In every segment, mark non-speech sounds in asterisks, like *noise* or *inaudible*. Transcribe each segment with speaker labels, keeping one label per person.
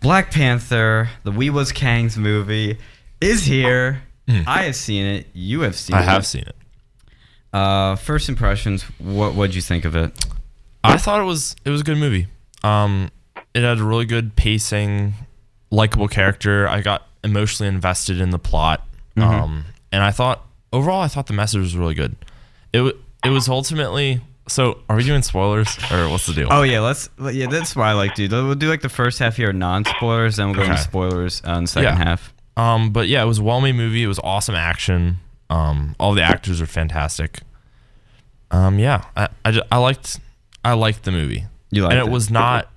Speaker 1: Black Panther, the We Was Kangs movie, is here. I have seen it. You have seen
Speaker 2: Hmm. I
Speaker 1: it.
Speaker 2: have seen it.
Speaker 1: Uh, first impressions. What would you think of it?
Speaker 2: I thought it was it was a good movie. Um, it had a really good pacing, likable character. I got emotionally invested in the plot, um, and I thought overall I thought the message was really good. It wa- it was ultimately so. Are we doing spoilers or what's the deal?
Speaker 1: Oh yeah, let's. Yeah, that's why I like to. do- We'll do like the first half here, non spoilers. Then we'll go into
Speaker 2: Okay.
Speaker 1: spoilers on the second
Speaker 2: Yeah.
Speaker 1: half.
Speaker 2: Um, but yeah, it was a well-made movie. It was awesome action. Um, all the actors are fantastic. Um, yeah, I, I, ju- I liked I liked the movie.
Speaker 1: You liked
Speaker 2: and it,
Speaker 1: it.
Speaker 2: was not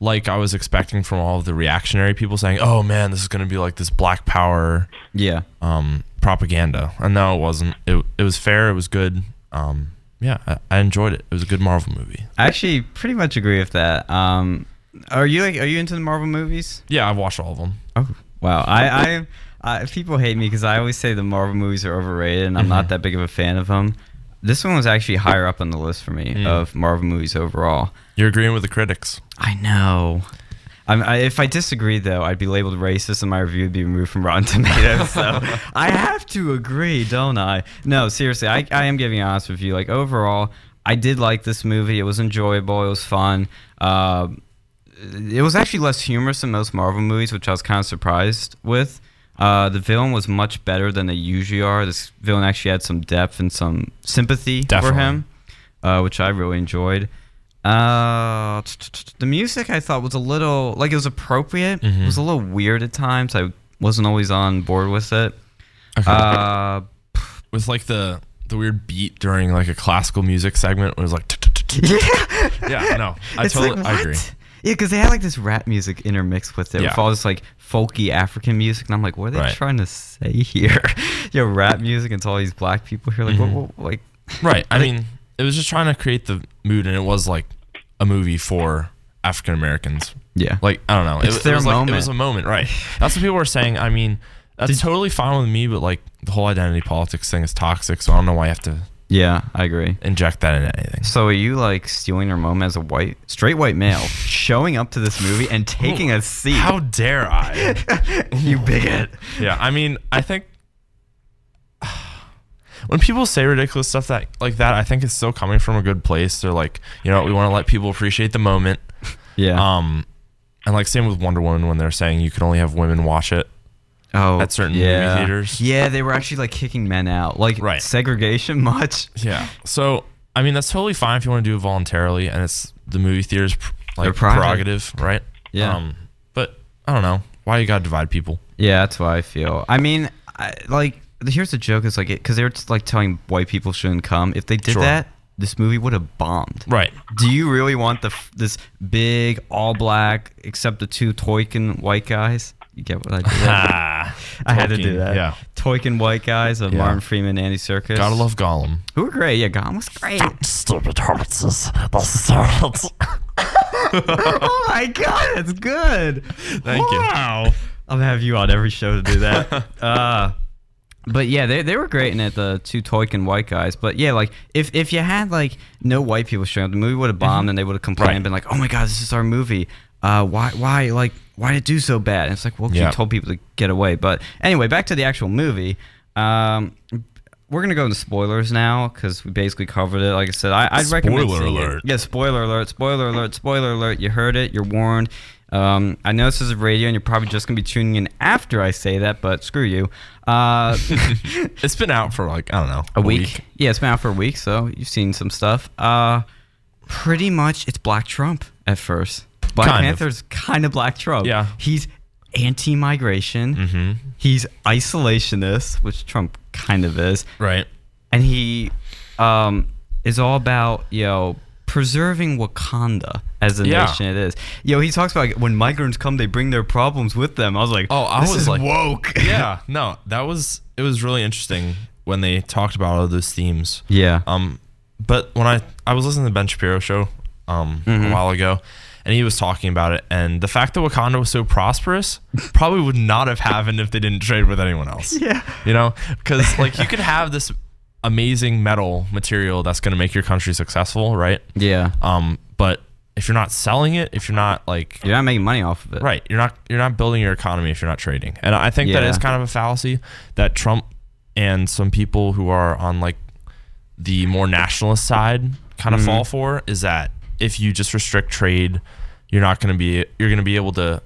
Speaker 2: like I was expecting from all of the reactionary people saying, "Oh man, this is gonna be like this Black Power
Speaker 1: Yeah.
Speaker 2: um, propaganda." And no, it wasn't. It it was fair. It was good. Um, yeah, I, I enjoyed it. It was a good Marvel movie.
Speaker 1: I actually pretty much agree with that. Um, are you like are you into the Marvel movies?
Speaker 2: Yeah, I've watched all of them.
Speaker 1: Oh wow! I I, I people hate me because I always say the Marvel movies are overrated, and I'm not that big of a fan of them. This one was actually higher up on the list for me of Marvel movies overall.
Speaker 2: You're agreeing with the critics.
Speaker 1: I know. I'm, I, if I disagree, though, I'd be labeled racist and my review would be removed from Rotten *laughs* Tomatoes. So I have to agree, don't I? No, seriously, I, I am giving an honest with you. Like, overall, I did like this movie. It was enjoyable, it was fun. Uh, it was actually less humorous than most Marvel movies, which I was kind of surprised with. Uh, the villain was much better than they usually are. This villain actually had some depth and some sympathy for
Speaker 2: Definitely.
Speaker 1: him, uh, which I really enjoyed. Uh, t- t- t- the music I thought was a little like it was appropriate. It was a little weird at times. I wasn't always on board with it. *laughs*
Speaker 2: Okay.
Speaker 1: Uh,
Speaker 2: with like the the weird beat during like a classical music segment. It was like *laughs*
Speaker 1: yeah,
Speaker 2: yeah, no, I
Speaker 1: It's like,
Speaker 2: totally I agree.
Speaker 1: what? Yeah, because they had like this rap music intermixed with it,
Speaker 2: Yeah.
Speaker 1: with all this like folky African music, and I'm like, what are they
Speaker 2: Right.
Speaker 1: trying to say here? *laughs* Yo, rap music and to all these black people here, like, what, what, like,
Speaker 2: Right. I mean, it was just trying to create the mood, and it was like a movie for African Americans.
Speaker 1: yeah,
Speaker 2: Like I don't know, it,
Speaker 1: It's
Speaker 2: was- it
Speaker 1: their
Speaker 2: was like it
Speaker 1: moment.
Speaker 2: was a
Speaker 1: *laughs*
Speaker 2: moment, right? That's what people were saying. I mean, that's totally fine with me, but like the whole identity politics thing is toxic, so I don't know why you have to
Speaker 1: yeah, I agree.
Speaker 2: inject that into anything.
Speaker 1: So are you like stealing her mom as a white, straight white male, showing up to this movie and taking a seat? *laughs*
Speaker 2: How dare I?
Speaker 1: you bigot.
Speaker 2: *laughs* yeah, I mean, I think *sighs* when people say ridiculous stuff that like that, I think it's still coming from a good place. They're like, you know, we want to let people appreciate the moment.
Speaker 1: Yeah.
Speaker 2: Um, and like same with Wonder Woman when they're saying you can only have women watch it.
Speaker 1: oh,
Speaker 2: at certain movie
Speaker 1: yeah.
Speaker 2: theaters.
Speaker 1: Yeah, they were actually like kicking men out, like
Speaker 2: Right.
Speaker 1: segregation *laughs* much.
Speaker 2: Yeah. So I mean that's totally fine if you want to do it voluntarily, and it's the movie theater's pr-
Speaker 1: Their
Speaker 2: like
Speaker 1: prerogative.
Speaker 2: prerogative, right?
Speaker 1: Yeah.
Speaker 2: Um, but I don't know why you gotta divide people.
Speaker 1: Yeah, that's what I feel. I mean, I, like, here's the joke: is like, because they're just, like telling white people shouldn't come. If they did
Speaker 2: Sure.
Speaker 1: that, this movie would have bombed.
Speaker 2: Right.
Speaker 1: Do you really want the f- this big all black, except the two Toykin white guys? You get what I did?
Speaker 2: *laughs*
Speaker 1: there?
Speaker 2: Ah,
Speaker 1: I had to do
Speaker 2: Tolkien,
Speaker 1: that.
Speaker 2: Yeah.
Speaker 1: Toykin white guys of
Speaker 2: Yeah.
Speaker 1: Martin Freeman, Andy Serkis.
Speaker 2: Gotta love Gollum.
Speaker 1: Who were great? Yeah, Gone was great.
Speaker 2: Stupid horses. The servants.
Speaker 1: *laughs* oh my god, that's good.
Speaker 2: Thank you.
Speaker 1: Wow. I'll have you on every show to do
Speaker 2: *laughs*
Speaker 1: that. uh, but yeah, they, they were great in it, the two Toykin white guys. But yeah, like if, if you had like no white people showing up, the movie would have bombed and they would have complained,
Speaker 2: Mm-hmm. Right.
Speaker 1: been like, "Oh my god, this is our movie. Uh, why why like why did it do so bad?" And it's like, well, 'cause
Speaker 2: Yeah.
Speaker 1: you told people to get away. But anyway, back to the actual movie. Um, we're gonna go into spoilers now because we basically covered it. Like I said, I, I'd recommend.
Speaker 2: Spoiler
Speaker 1: seeing it.
Speaker 2: alert.
Speaker 1: Yeah, spoiler alert, spoiler alert, spoiler alert. You heard it, you're warned. Um, I know this is radio, and you're probably just going to be tuning in after I say that, but screw you.
Speaker 2: *laughs*
Speaker 1: Uh,
Speaker 2: *laughs* It's been out for like I don't know
Speaker 1: a week. Yeah, it's been out for a week, so you've seen some stuff. Uh, pretty much, it's Black Trump at first. Black
Speaker 2: Kind of.
Speaker 1: Panther's kind of Black Trump.
Speaker 2: Yeah. Mm-hmm.
Speaker 1: He's anti migration, he's isolationist, which Trump kind of is
Speaker 2: Right.
Speaker 1: and he um, is all about you know preserving Wakanda as a
Speaker 2: Yeah.
Speaker 1: nation. It is. Yo, he talks about like, when migrants come, they bring their problems with them. I was like,
Speaker 2: Oh, I
Speaker 1: this
Speaker 2: was
Speaker 1: is
Speaker 2: like-
Speaker 1: woke.
Speaker 2: Yeah. No, that was it. Was really interesting when they talked about all those themes.
Speaker 1: *laughs* yeah.
Speaker 2: Um, but when I I was listening to the Ben Shapiro show um a while ago, and he was talking about it, and the fact that Wakanda was so prosperous probably would not have happened if they didn't trade with anyone else.
Speaker 1: Yeah.
Speaker 2: You know, because like you could have this amazing metal material that's going to make your country successful, right?
Speaker 1: yeah.
Speaker 2: Um, but if you're not selling it, if you're not like
Speaker 1: You're not making money off of it.
Speaker 2: right, you're not you're not building your economy if you're not trading. And I think that
Speaker 1: Yeah.
Speaker 2: is kind of a fallacy that Trump and some people who are on like the more nationalist side kind of
Speaker 1: Mm-hmm.
Speaker 2: fall for is that if you just restrict trade, you're not going to be you're going to be able to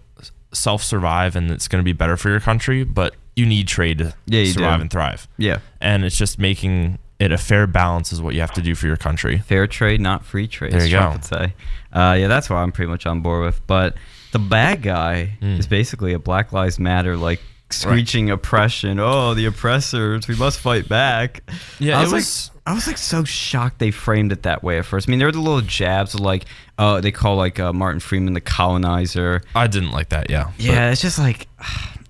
Speaker 2: self survive and it's going to be better for your country, but you need trade to
Speaker 1: Yeah, you
Speaker 2: survive
Speaker 1: do.
Speaker 2: and thrive.
Speaker 1: Yeah.
Speaker 2: And it's just making it a fair balance is what you have to do for your country.
Speaker 1: Fair trade, not free trade.
Speaker 2: There
Speaker 1: as
Speaker 2: you
Speaker 1: Trump
Speaker 2: go.
Speaker 1: Would say. Uh, yeah, that's what I'm pretty much on board with. But the bad guy
Speaker 2: Mm.
Speaker 1: is basically a Black Lives Matter like screeching oppression. Oh, the oppressors, we must fight back.
Speaker 2: Yeah,
Speaker 1: I
Speaker 2: it
Speaker 1: was,
Speaker 2: was-
Speaker 1: like, I was like so shocked they framed it that way at first. I mean, there were the little jabs of like, uh, they call like uh, Martin Freeman the colonizer.
Speaker 2: I didn't like that. Yeah. but
Speaker 1: Yeah, it's just
Speaker 2: *sighs*
Speaker 1: like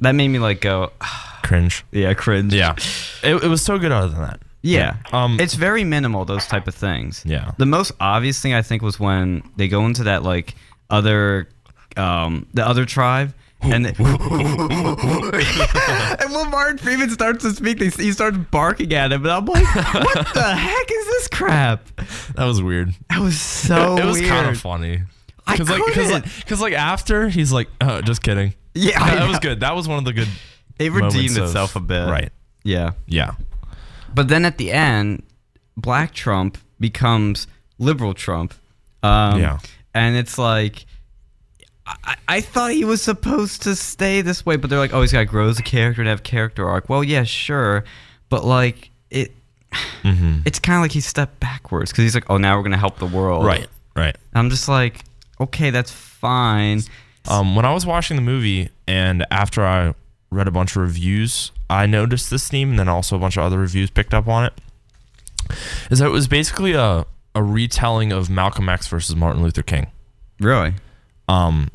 Speaker 1: that made me like go, *sighs*
Speaker 2: Cringe.
Speaker 1: yeah, cringe.
Speaker 2: Yeah. It, it was so good other than that.
Speaker 1: Yeah.
Speaker 2: Um,
Speaker 1: it's very minimal, those type of things.
Speaker 2: Yeah.
Speaker 1: The most obvious thing I think was when they go into that like other um the other tribe
Speaker 2: *laughs*
Speaker 1: and, *laughs* they- and when Martin Freeman starts to speak, they, he starts barking at him, and I'm like,
Speaker 2: *laughs*
Speaker 1: "What the heck is this crap?"
Speaker 2: That was weird.
Speaker 1: That was so
Speaker 2: it was
Speaker 1: weird.
Speaker 2: kind of funny.
Speaker 1: I
Speaker 2: Cause like, cause like,
Speaker 1: couldn't.
Speaker 2: 'cause like after he's like, oh, just kidding.
Speaker 1: Yeah, I
Speaker 2: that, that was
Speaker 1: know.
Speaker 2: good. That was one of the good.
Speaker 1: It
Speaker 2: moments
Speaker 1: redeemed
Speaker 2: of-
Speaker 1: itself a bit,
Speaker 2: Right.
Speaker 1: Yeah,
Speaker 2: Yeah.
Speaker 1: but then at the end, Black Trump becomes liberal Trump. Um,
Speaker 2: Yeah.
Speaker 1: And it's like, I, I thought he was supposed to stay this way, but they're like, oh, he's got to grow as a character and have character arc. Well, yeah, sure, but like it, *sighs*
Speaker 2: Mm-hmm.
Speaker 1: it's kind of like he stepped backwards because he's like, oh, now we're gonna help the world.
Speaker 2: Right. Right.
Speaker 1: I'm just like, okay, that's fine.
Speaker 2: Um, when I was watching the movie and after I read a bunch of reviews, I noticed this theme and then also a bunch of other reviews picked up on it. Is that it was basically a, a retelling of Malcolm X versus Martin Luther King.
Speaker 1: Really?
Speaker 2: um,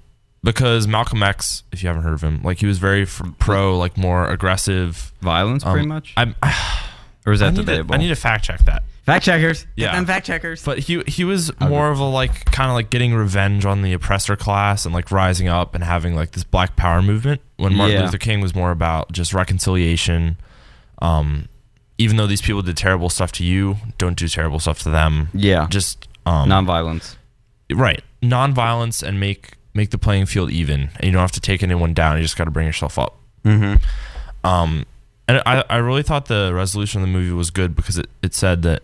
Speaker 2: because Malcolm X, if you haven't heard of him, like he was very fr- pro, like more aggressive.
Speaker 1: Violence,
Speaker 2: Um,
Speaker 1: pretty much.
Speaker 2: I, I,
Speaker 1: or is
Speaker 2: I,
Speaker 1: that
Speaker 2: need to,
Speaker 1: debatable?
Speaker 2: I need to fact check that.
Speaker 1: fact checkers.
Speaker 2: Yeah.
Speaker 1: Get them fact checkers.
Speaker 2: But he he was more of a like kind of like getting revenge on the oppressor class and like rising up and having like this Black Power movement. When Martin
Speaker 1: Yeah.
Speaker 2: Luther King was more about just reconciliation. Um, even though these people did terrible stuff to you, don't do terrible stuff to them.
Speaker 1: yeah.
Speaker 2: Just um,
Speaker 1: Nonviolence.
Speaker 2: right nonviolence and make make the playing field even and you don't have to take anyone down you just got to bring yourself up
Speaker 1: Mm-hmm.
Speaker 2: um and I, I really thought the resolution of the movie was good because it, it said that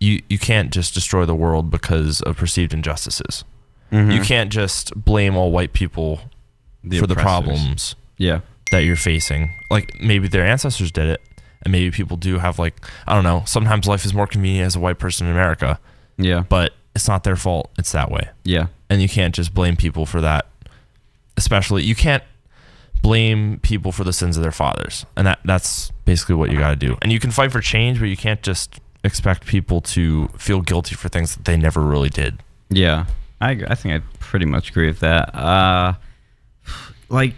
Speaker 2: you you can't just destroy the world because of perceived injustices you
Speaker 1: Hmm.
Speaker 2: can't just blame all white people for Mm-hmm. the problems
Speaker 1: Yeah.
Speaker 2: that you're facing like maybe their ancestors did it and maybe people do have like i don't know sometimes life is more convenient as a white person in america
Speaker 1: Yeah.
Speaker 2: but it's not their fault it's that way
Speaker 1: Yeah.
Speaker 2: and you can't just blame people for that. Especially, you can't blame people for the sins of their fathers, and that that's basically what you got to do. And you can fight for change, but you can't just expect people to feel guilty for things that they never really did.
Speaker 1: Yeah, I agree. I think I pretty much agree with that. Uh, like,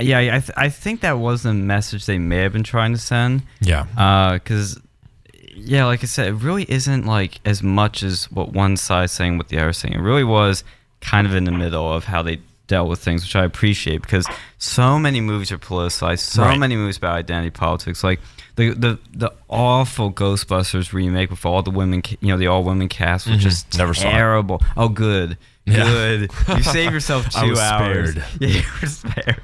Speaker 1: yeah, I th- I think that was the message they may have been trying to send.
Speaker 2: Yeah,
Speaker 1: Because, Uh, yeah, like I said, it really isn't like as much as what one side's saying, what the other's saying. It really was kind of in the middle of how they dealt with things, which I appreciate because so many movies are politicized, so
Speaker 2: Right.
Speaker 1: many movies about identity politics, like the the the awful Ghostbusters remake with all the women, ca- you know, the all women cast, which
Speaker 2: Mhm.
Speaker 1: is
Speaker 2: Never saw it.
Speaker 1: terrible. Oh, good,
Speaker 2: Yeah.
Speaker 1: good. You save yourself two
Speaker 2: *laughs* I was
Speaker 1: hours.
Speaker 2: spared.
Speaker 1: *laughs* Yeah, you were spared.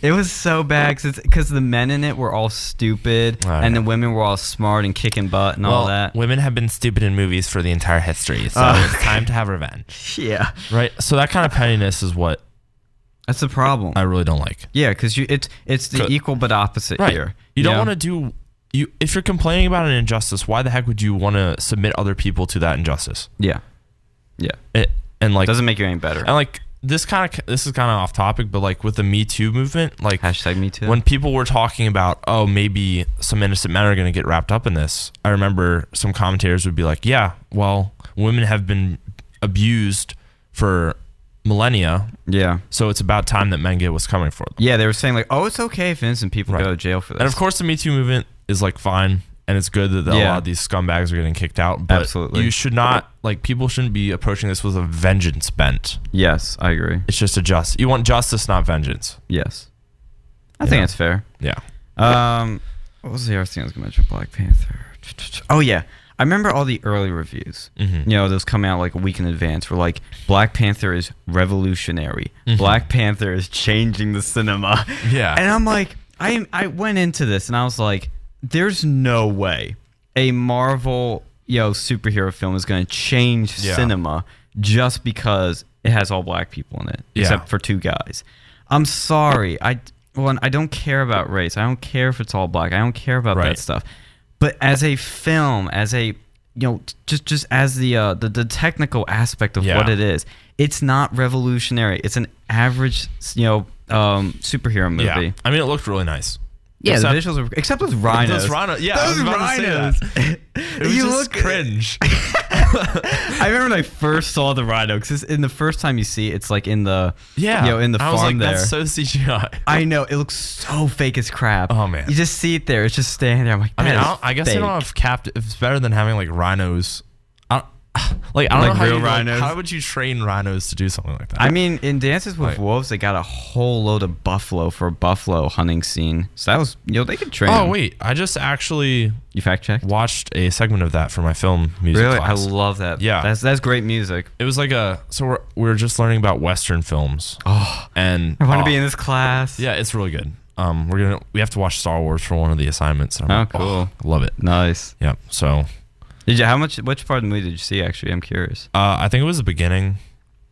Speaker 1: It was so bad because the men in it were all stupid
Speaker 2: Oh,
Speaker 1: and the
Speaker 2: yeah.
Speaker 1: women were all smart and kicking butt and all that.
Speaker 2: women have been stupid in movies for the entire history, so
Speaker 1: Oh.
Speaker 2: it's time to have revenge.
Speaker 1: Yeah,
Speaker 2: Right. So that kind of pettiness is what
Speaker 1: that's the problem.
Speaker 2: I really don't like.
Speaker 1: yeah, because you it's it's the
Speaker 2: Co-
Speaker 1: equal but opposite
Speaker 2: Right.
Speaker 1: here.
Speaker 2: You don't
Speaker 1: Yeah.
Speaker 2: want to do. You, if you're complaining about an injustice, why the heck would you want to submit other people to that injustice?
Speaker 1: Yeah, yeah.
Speaker 2: It, and like
Speaker 1: Doesn't make you any better.
Speaker 2: And like this kind of this is kind of off topic, but like with the Me Too movement, like
Speaker 1: Hashtag me too.
Speaker 2: when people were talking about, oh, maybe some innocent men are going to get wrapped up in this. I remember some commentators would be like, yeah, well, women have been abused for millennia,
Speaker 1: yeah,
Speaker 2: so it's about time that men get what's coming for them.
Speaker 1: yeah. They were saying like, oh, it's okay if innocent people
Speaker 2: Right.
Speaker 1: go to jail for this.
Speaker 2: And of course, the Me Too movement is like fine, and it's good that a
Speaker 1: Yeah.
Speaker 2: lot of these scumbags are getting kicked out. But
Speaker 1: Absolutely.
Speaker 2: you should not like people shouldn't be approaching this with a vengeance bent.
Speaker 1: yes, I agree.
Speaker 2: It's just a just. You want justice, not vengeance.
Speaker 1: Yes, I think
Speaker 2: Yeah.
Speaker 1: that's fair.
Speaker 2: Yeah.
Speaker 1: Um, what was the other thing I was going to mention? Black Panther. Oh yeah, I I remember all the early reviews,
Speaker 2: Mhm.
Speaker 1: you know, those coming out like a week in advance were like, Black Panther is revolutionary. Black Panther is changing the cinema.
Speaker 2: Mm-hmm. *laughs* Yeah.
Speaker 1: And I'm like, I, I went into this and I was like, there's no way a Marvel, you know, superhero film is going to change
Speaker 2: Yeah.
Speaker 1: cinema just because it has all black people in it,
Speaker 2: Yeah.
Speaker 1: except for two guys. I'm sorry. I, well, I don't care about race. I don't care if it's all black. I don't care about about
Speaker 2: Right.
Speaker 1: that stuff. But as a film, as a you know, t- just just as the uh, the, the technical aspect of
Speaker 2: Yeah.
Speaker 1: what it is, it's not revolutionary. It's an average you know um, superhero movie.
Speaker 2: Yeah. I mean, it looked really nice.
Speaker 1: Yeah,
Speaker 2: Except-
Speaker 1: the visuals are except those rhinos.
Speaker 2: *laughs* Those rhino- yeah, I
Speaker 1: those
Speaker 2: was about to say
Speaker 1: rhinos.
Speaker 2: It
Speaker 1: *laughs*
Speaker 2: was
Speaker 1: you
Speaker 2: just
Speaker 1: look. *laughs*
Speaker 2: cringe.
Speaker 1: I remember when I first saw the rhino because in the first time you see it, it's like in the
Speaker 2: yeah.
Speaker 1: you know, in the
Speaker 2: I
Speaker 1: farm
Speaker 2: was like,
Speaker 1: there.
Speaker 2: That's so CGI.
Speaker 1: I know it looks so fake as crap.
Speaker 2: Oh, man.
Speaker 1: you just see it there. It's just standing there. I'm like,
Speaker 2: I mean,
Speaker 1: "That
Speaker 2: I,
Speaker 1: is
Speaker 2: don't, I guess they
Speaker 1: fake."
Speaker 2: don't have captive. It's better than having like rhinos. I *sighs* don't, like I don't
Speaker 1: Like
Speaker 2: know how
Speaker 1: real
Speaker 2: you, like,
Speaker 1: rhinos?
Speaker 2: how would you train rhinos to do something like that?
Speaker 1: I mean, in Dances with
Speaker 2: Like-
Speaker 1: Wolves, they got a whole load of buffalo for a buffalo hunting scene. So that was, you know, they could train.
Speaker 2: oh
Speaker 1: them.
Speaker 2: wait, I just actually
Speaker 1: you fact checked?
Speaker 2: watched a segment of that for my film music
Speaker 1: Really, I
Speaker 2: class.
Speaker 1: love that.
Speaker 2: Yeah.
Speaker 1: that's that's great music.
Speaker 2: it was like a so we're we we're just learning about Western films.
Speaker 1: Oh,
Speaker 2: and
Speaker 1: I want
Speaker 2: oh,
Speaker 1: to be in this class.
Speaker 2: Yeah, it's really good. Um, we're gonna we have to watch Star Wars for one of the assignments. and I'm
Speaker 1: Oh,
Speaker 2: like,
Speaker 1: cool.
Speaker 2: I love it.
Speaker 1: nice.
Speaker 2: Yep. So
Speaker 1: Did you? How much? Which part of the movie did you see? Actually, I'm curious.
Speaker 2: Uh, I think it was the beginning.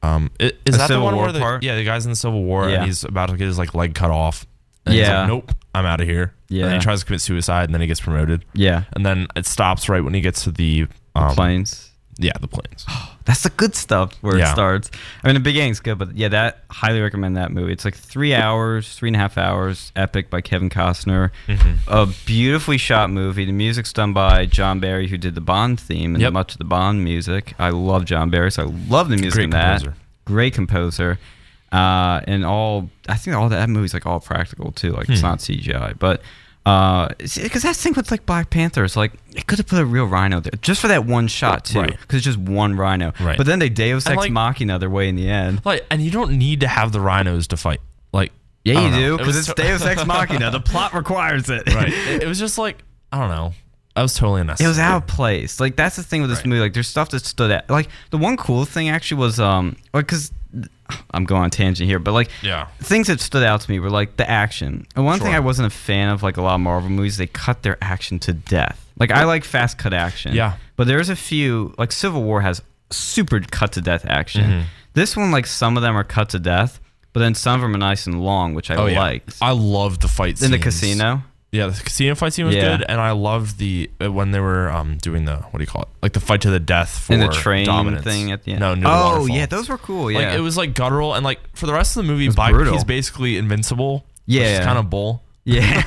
Speaker 2: Um, i- is
Speaker 1: The
Speaker 2: that
Speaker 1: Civil
Speaker 2: the one
Speaker 1: War
Speaker 2: where the
Speaker 1: part?
Speaker 2: yeah the guy's in the Civil War
Speaker 1: Yeah.
Speaker 2: and he's about to get his like leg cut off? And he's like,
Speaker 1: Yeah.
Speaker 2: nope, I'm out of here. And then
Speaker 1: Yeah.
Speaker 2: he tries to commit suicide and then he gets promoted.
Speaker 1: Yeah,
Speaker 2: And then it stops right when he gets to the, um,
Speaker 1: planes.
Speaker 2: Yeah, the planes. *gasps*
Speaker 1: That's the good stuff where
Speaker 2: Yeah.
Speaker 1: it starts. I mean, the beginning's good, but yeah, that highly recommend that movie. It's like three hours, three and a half hours, epic by Kevin Costner.
Speaker 2: Mm-hmm.
Speaker 1: A beautifully shot movie. The music's done by John Barry, who did the Bond theme and
Speaker 2: Yep.
Speaker 1: much of the Bond music. I love John Barry, so I love the music
Speaker 2: Great
Speaker 1: in that.
Speaker 2: composer.
Speaker 1: Great composer. Uh, and all I think all that movie's like all practical too, like
Speaker 2: Hmm.
Speaker 1: it's not CGI, but. Because that's the thing with like Black Panther, it's like it could have put a real rhino there just for that one shot too,
Speaker 2: Right.
Speaker 1: because it's just one rhino.
Speaker 2: Right.
Speaker 1: But then they Deus
Speaker 2: And,
Speaker 1: Ex
Speaker 2: like-
Speaker 1: Machina their way in the end.
Speaker 2: Like, and you don't need to have the rhinos to fight. Like, I
Speaker 1: Yeah,
Speaker 2: don't know.
Speaker 1: you do
Speaker 2: It
Speaker 1: because it's
Speaker 2: was so- *laughs*
Speaker 1: Deus Ex Machina. The plot requires it.
Speaker 2: right. It, it was just like I don't know. I was
Speaker 1: *laughs*
Speaker 2: totally
Speaker 1: It
Speaker 2: unnecessary.
Speaker 1: was out of place. Like that's the thing with this
Speaker 2: Right.
Speaker 1: movie. Like there's stuff that stood out. Like the one cool thing actually was um like because I'm going on a tangent here, but like
Speaker 2: Yeah.
Speaker 1: things that stood out to me were like the action. And one thing
Speaker 2: Sure.
Speaker 1: I wasn't a fan of like a lot of Marvel movies, they cut their action to death. Like I like fast cut action.
Speaker 2: Yeah.
Speaker 1: But there's a few like Civil War has super cut to death action.
Speaker 2: Mm-hmm.
Speaker 1: This one like some of them are cut to death, but then some of them are nice and long, which I
Speaker 2: Oh yeah.
Speaker 1: liked.
Speaker 2: I loved the fight
Speaker 1: In the
Speaker 2: scenes.
Speaker 1: casino.
Speaker 2: Yeah, the casino fight scene was
Speaker 1: Yeah.
Speaker 2: good, and I loved the uh, when they were um doing the what do you call it, like the fight to the death for
Speaker 1: And the train
Speaker 2: dominance.
Speaker 1: thing at the end.
Speaker 2: No, no.
Speaker 1: oh
Speaker 2: waterfall.
Speaker 1: yeah, those were cool. Yeah,
Speaker 2: like it was like guttural, and like for the rest of the movie,
Speaker 1: was
Speaker 2: Bi-
Speaker 1: brutal.
Speaker 2: he's basically invincible.
Speaker 1: Yeah.
Speaker 2: kind of bull.
Speaker 1: *laughs*
Speaker 2: *laughs*
Speaker 1: yeah.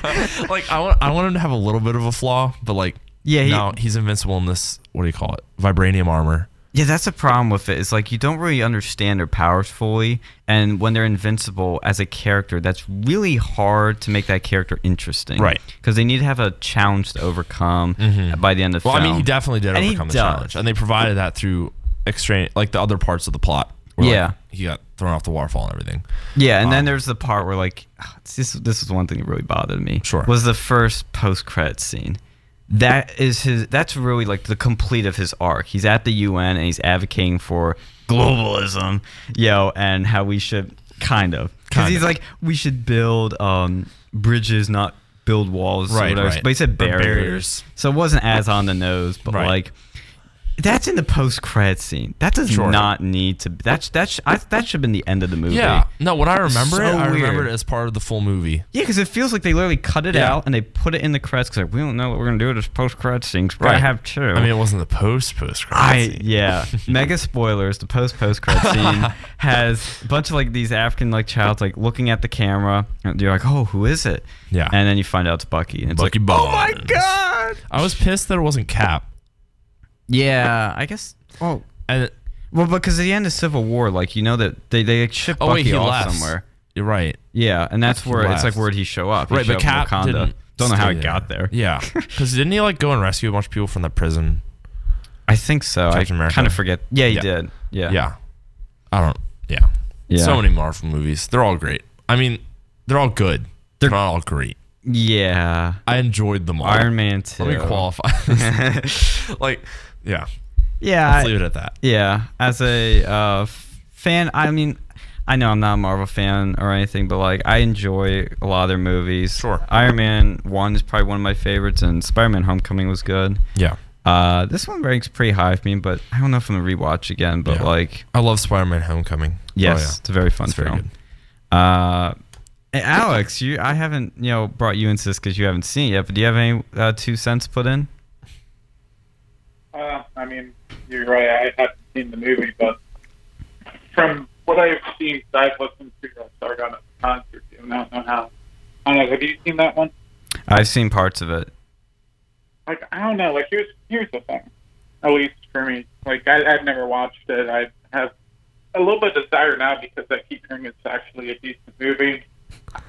Speaker 2: like I want, I want him to have a little bit of a flaw, but like
Speaker 1: Yeah, he-
Speaker 2: no, he's invincible in this what do you call it, vibranium armor.
Speaker 1: Yeah, that's the problem with it. It's like you don't really understand their powers fully, and when they're invincible as a character, that's really hard to make that character interesting.
Speaker 2: Right. Mm-hmm.
Speaker 1: Because they need to have a challenge to overcome by the end of the
Speaker 2: Well, I mean,
Speaker 1: film.
Speaker 2: he definitely did
Speaker 1: And he
Speaker 2: overcome the
Speaker 1: does.
Speaker 2: challenge, and they provided that through extraneous, like the other parts of the plot. where, like,
Speaker 1: Yeah.
Speaker 2: he got thrown off the waterfall and everything.
Speaker 1: Yeah, and
Speaker 2: Um,
Speaker 1: then there's the part where like this this is one thing that really bothered me.
Speaker 2: Sure.
Speaker 1: Was the first post credit scene. That is his that's really like the complete of his arc. He's at the UN and he's advocating for globalism, yo, and how we should kind of cuz
Speaker 2: Kind
Speaker 1: he's
Speaker 2: of.
Speaker 1: like we should build um bridges not build walls or
Speaker 2: Right,
Speaker 1: whatever.
Speaker 2: right.
Speaker 1: but he said
Speaker 2: Or
Speaker 1: barriers.
Speaker 2: barriers.
Speaker 1: So it wasn't as on the nose, but
Speaker 2: Right.
Speaker 1: like that's in the post credit scene. That does
Speaker 2: Sure.
Speaker 1: not need to. That's that's I, that should have been the end of the movie.
Speaker 2: Yeah. No, when I remember
Speaker 1: So
Speaker 2: it, I remember
Speaker 1: weird.
Speaker 2: it as part of the full movie.
Speaker 1: Yeah, because it feels like they literally cut it
Speaker 2: Yeah.
Speaker 1: out and they put it in the credits because like, we don't know what we're gonna do with this post credits thing. 'cause we Gotta
Speaker 2: Right.
Speaker 1: have two.
Speaker 2: I mean, it wasn't the post post
Speaker 1: I
Speaker 2: *laughs*
Speaker 1: yeah. Mega spoilers. The post post credit scene has a bunch of like these African like childs like looking at the camera and you're like, oh, who is it?
Speaker 2: Yeah.
Speaker 1: And then you find out it's Bucky and it's
Speaker 2: Bucky
Speaker 1: like, oh my
Speaker 2: Barnes."
Speaker 1: god.
Speaker 2: I was pissed that it wasn't Cap.
Speaker 1: Yeah, I guess. Oh.
Speaker 2: And
Speaker 1: Well, because at the end of Civil War, like you know that they they ship
Speaker 2: oh
Speaker 1: Bucky
Speaker 2: wait, he
Speaker 1: off
Speaker 2: left
Speaker 1: somewhere.
Speaker 2: You're right.
Speaker 1: Yeah, and that's where it's like
Speaker 2: left.
Speaker 1: where would he show up? He
Speaker 2: right,
Speaker 1: showed
Speaker 2: but
Speaker 1: up in
Speaker 2: Cap
Speaker 1: Wakanda.
Speaker 2: didn't.
Speaker 1: Don't know
Speaker 2: stay
Speaker 1: how he got there. *laughs*
Speaker 2: Yeah, because didn't he like go and rescue a bunch of people from the prison?
Speaker 1: I think so. I
Speaker 2: Captain America.
Speaker 1: kind of forget. Yeah, he
Speaker 2: Yeah.
Speaker 1: did. Yeah.
Speaker 2: Yeah. I don't. Yeah.
Speaker 1: Yeah.
Speaker 2: So many Marvel movies. They're all great. I mean, they're all good. They're not all great.
Speaker 1: Yeah.
Speaker 2: I enjoyed them all.
Speaker 1: Iron Man 2.
Speaker 2: Let me qualify. *laughs* this. like, yeah.
Speaker 1: yeah.
Speaker 2: Let's
Speaker 1: I-
Speaker 2: leave it at that.
Speaker 1: Yeah, as a uh, f- fan, I mean, I know I'm not a Marvel fan or anything, but like I enjoy a lot of their movies.
Speaker 2: Sure.
Speaker 1: Iron Man One is probably one of my favorites, and Spider-Man: Homecoming was good.
Speaker 2: Yeah.
Speaker 1: Uh, this one ranks pretty high for me, but I don't know if I'm gonna rewatch again. But
Speaker 2: Yeah.
Speaker 1: like,
Speaker 2: I love Spider Man Homecoming. Oh,
Speaker 1: yes, it's a very fun
Speaker 2: It's very
Speaker 1: film. Uh, and Alex, you, I haven't you know brought you into this because you haven't seen it yet, but do you have any uh, two cents put in?
Speaker 3: Uh, I mean, you're right. I haven't seen the movie, but from what I've seen, 'cause I've listened to uh, Sargon at the concert. too, and I don't know how. I don't know. Have you seen that one?
Speaker 1: I've seen parts of it.
Speaker 3: Like, I don't know. Like, here's here's the thing. At least for me, like, I, I've never watched it. I have a little bit of desire now because I keep hearing it's actually a decent movie.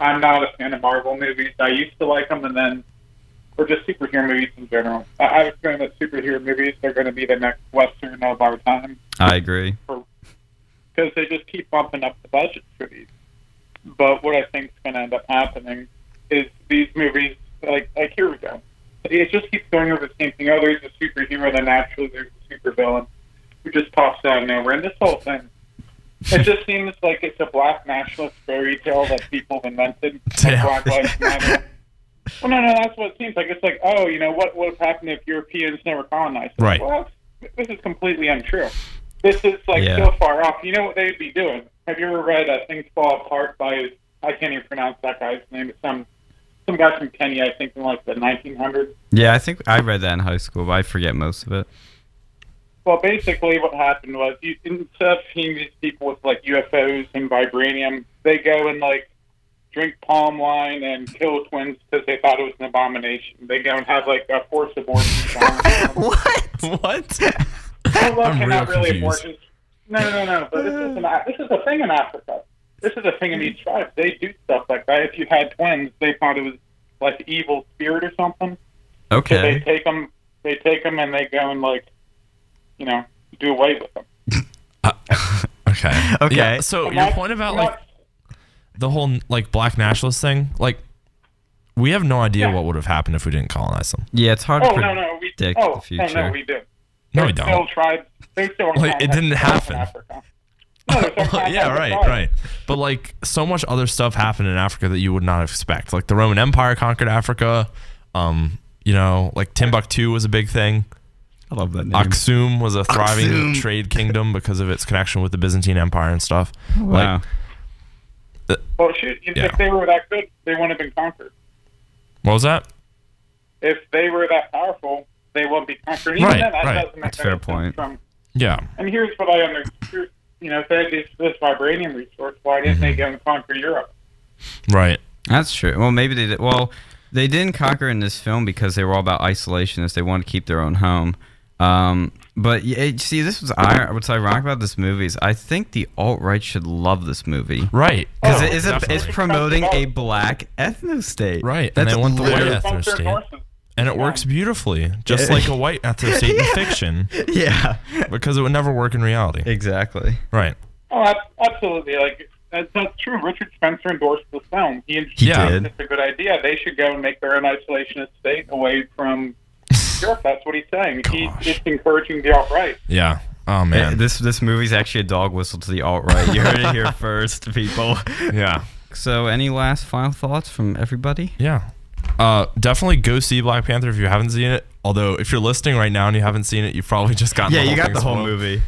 Speaker 3: I'm not a fan of Marvel movies. I used to like them, and then. Or just superhero movies in general. I, I was feeling that superhero movies are going to be the next western of our time.
Speaker 1: I agree.
Speaker 3: because they just keep bumping up the budget for these. But what I think is going to end up happening is these movies, like like here we go, it just keeps going over the same thing. Oh, there's a superhero, then naturally there's a supervillain who just pops out of nowhere, and this whole thing. It just seems like it's a black nationalist fairy tale that people have invented.
Speaker 2: *laughs*
Speaker 3: Like
Speaker 2: Damn.
Speaker 3: black lives matter. Well, no, no, that's what it seems like. It's like, oh, you know, what would have happened if Europeans never colonized? us?
Speaker 2: Right.
Speaker 3: Well, that's, this is completely untrue. This is like
Speaker 1: Yeah.
Speaker 3: so far off. You know what they'd be doing? Have you ever read uh, "Things Fall Apart" by I can't even pronounce that guy's name. It's some some guy from Kenya, I think, in like the 1900s.
Speaker 1: Yeah, I think I read that in high school, but I forget most of it.
Speaker 3: Well, basically, what happened was you, instead of seeing these people with like UFOs and vibranium, they go and like drink palm wine and kill twins because they thought it was an abomination. They go and have like a forced abortion.
Speaker 1: What?
Speaker 2: *laughs* What?
Speaker 3: Well, look,
Speaker 2: I'm
Speaker 3: and
Speaker 2: real
Speaker 3: not really
Speaker 2: confused.
Speaker 3: abortions. No, no, no. But this is an, this is a thing in Africa. This is a thing in these tribes. They do stuff like that. If you had twins, they thought it was like evil spirit or something. So they
Speaker 1: Okay.
Speaker 3: take them, they take them, and they go and like, you know, do away with them.
Speaker 2: okay.
Speaker 1: Okay.
Speaker 2: Yeah, so
Speaker 3: And
Speaker 2: your
Speaker 3: that's-
Speaker 2: point about
Speaker 3: and
Speaker 2: like
Speaker 3: that's-
Speaker 2: the whole like black nationalist thing, like we have no idea
Speaker 3: Yeah.
Speaker 2: what would have happened if we didn't colonize them.
Speaker 1: Yeah, it's hard
Speaker 3: oh
Speaker 1: to
Speaker 3: no,
Speaker 1: predict.
Speaker 3: no, we
Speaker 1: predict
Speaker 3: oh,
Speaker 1: the
Speaker 3: Oh,
Speaker 1: future.
Speaker 3: no, we do.
Speaker 2: No, we don't.
Speaker 3: There's
Speaker 2: *laughs*
Speaker 3: Still tribes. There's still
Speaker 2: Like, it didn't
Speaker 3: tribes
Speaker 2: happen.
Speaker 3: in Africa.
Speaker 2: *laughs*
Speaker 3: No, there's some tribes
Speaker 2: yeah,
Speaker 3: in
Speaker 2: right,
Speaker 3: Africa.
Speaker 2: right. But like so much other stuff happened in Africa that you would not expect. Like the Roman Empire conquered Africa. Um, you know, like Timbuktu was a big thing.
Speaker 1: I love that name.
Speaker 2: Aksum was a thriving
Speaker 1: Aksum.
Speaker 2: trade kingdom because of its connection with the Byzantine Empire and stuff.
Speaker 1: wow.
Speaker 2: Like,
Speaker 3: Well, shoot, if
Speaker 2: Yeah.
Speaker 3: they were that good, they wouldn't have been conquered.
Speaker 2: what was that?
Speaker 3: if they were that powerful, they wouldn't be conquered. Even
Speaker 2: Right,
Speaker 3: then, that
Speaker 2: right.
Speaker 3: doesn't make
Speaker 1: That's
Speaker 3: any
Speaker 1: fair
Speaker 3: sense
Speaker 1: point.
Speaker 3: From,
Speaker 2: Yeah,
Speaker 3: and here's what I understand. You know, if they had this, this vibranium resource, why didn't they go and conquer Europe?
Speaker 2: right.
Speaker 1: That's true. Well, maybe they did. Well, they didn't conquer in this film because they were all about isolationists. They wanted to keep their own home. Um, but yeah, it- see, this was ir- what's ironic about this movie is I think the alt right should love this movie
Speaker 2: Right.
Speaker 1: because
Speaker 3: Oh,
Speaker 1: it is a, it's
Speaker 2: definitely.
Speaker 1: promoting a black ethno state.
Speaker 2: Right, and
Speaker 1: That's
Speaker 2: they want the
Speaker 1: lit-
Speaker 2: white
Speaker 3: They
Speaker 2: ethno
Speaker 3: bumped their
Speaker 2: state.
Speaker 3: horses.
Speaker 2: and it works beautifully, just like a white ethno
Speaker 1: *laughs*
Speaker 2: state in fiction,
Speaker 1: Yeah.
Speaker 2: because it would never work in reality.
Speaker 1: Exactly.
Speaker 2: Right.
Speaker 3: Oh, ab- absolutely. Like that's, that's true. Richard Spencer endorsed the film. He,
Speaker 1: He
Speaker 2: Yeah.
Speaker 1: did.
Speaker 3: It's a good idea. They should go and make their own isolationist state away from Europe. That's what he's saying. He,
Speaker 2: Gosh.
Speaker 3: it's encouraging the alt right.
Speaker 2: Yeah. Oh
Speaker 1: Eh,
Speaker 2: man.
Speaker 1: This this movie's actually a dog whistle to the alt right. You heard it
Speaker 2: *laughs*
Speaker 1: here first, people.
Speaker 2: Yeah.
Speaker 1: So, any last final thoughts from everybody?
Speaker 2: Yeah. Uh, definitely go see Black Panther if you haven't seen it. Although, if you're listening right now and you haven't seen it, you've probably just gotten
Speaker 1: Yeah,
Speaker 2: the
Speaker 1: you
Speaker 2: whole
Speaker 1: got
Speaker 2: thing
Speaker 1: the whole
Speaker 2: spoiled.
Speaker 1: movie.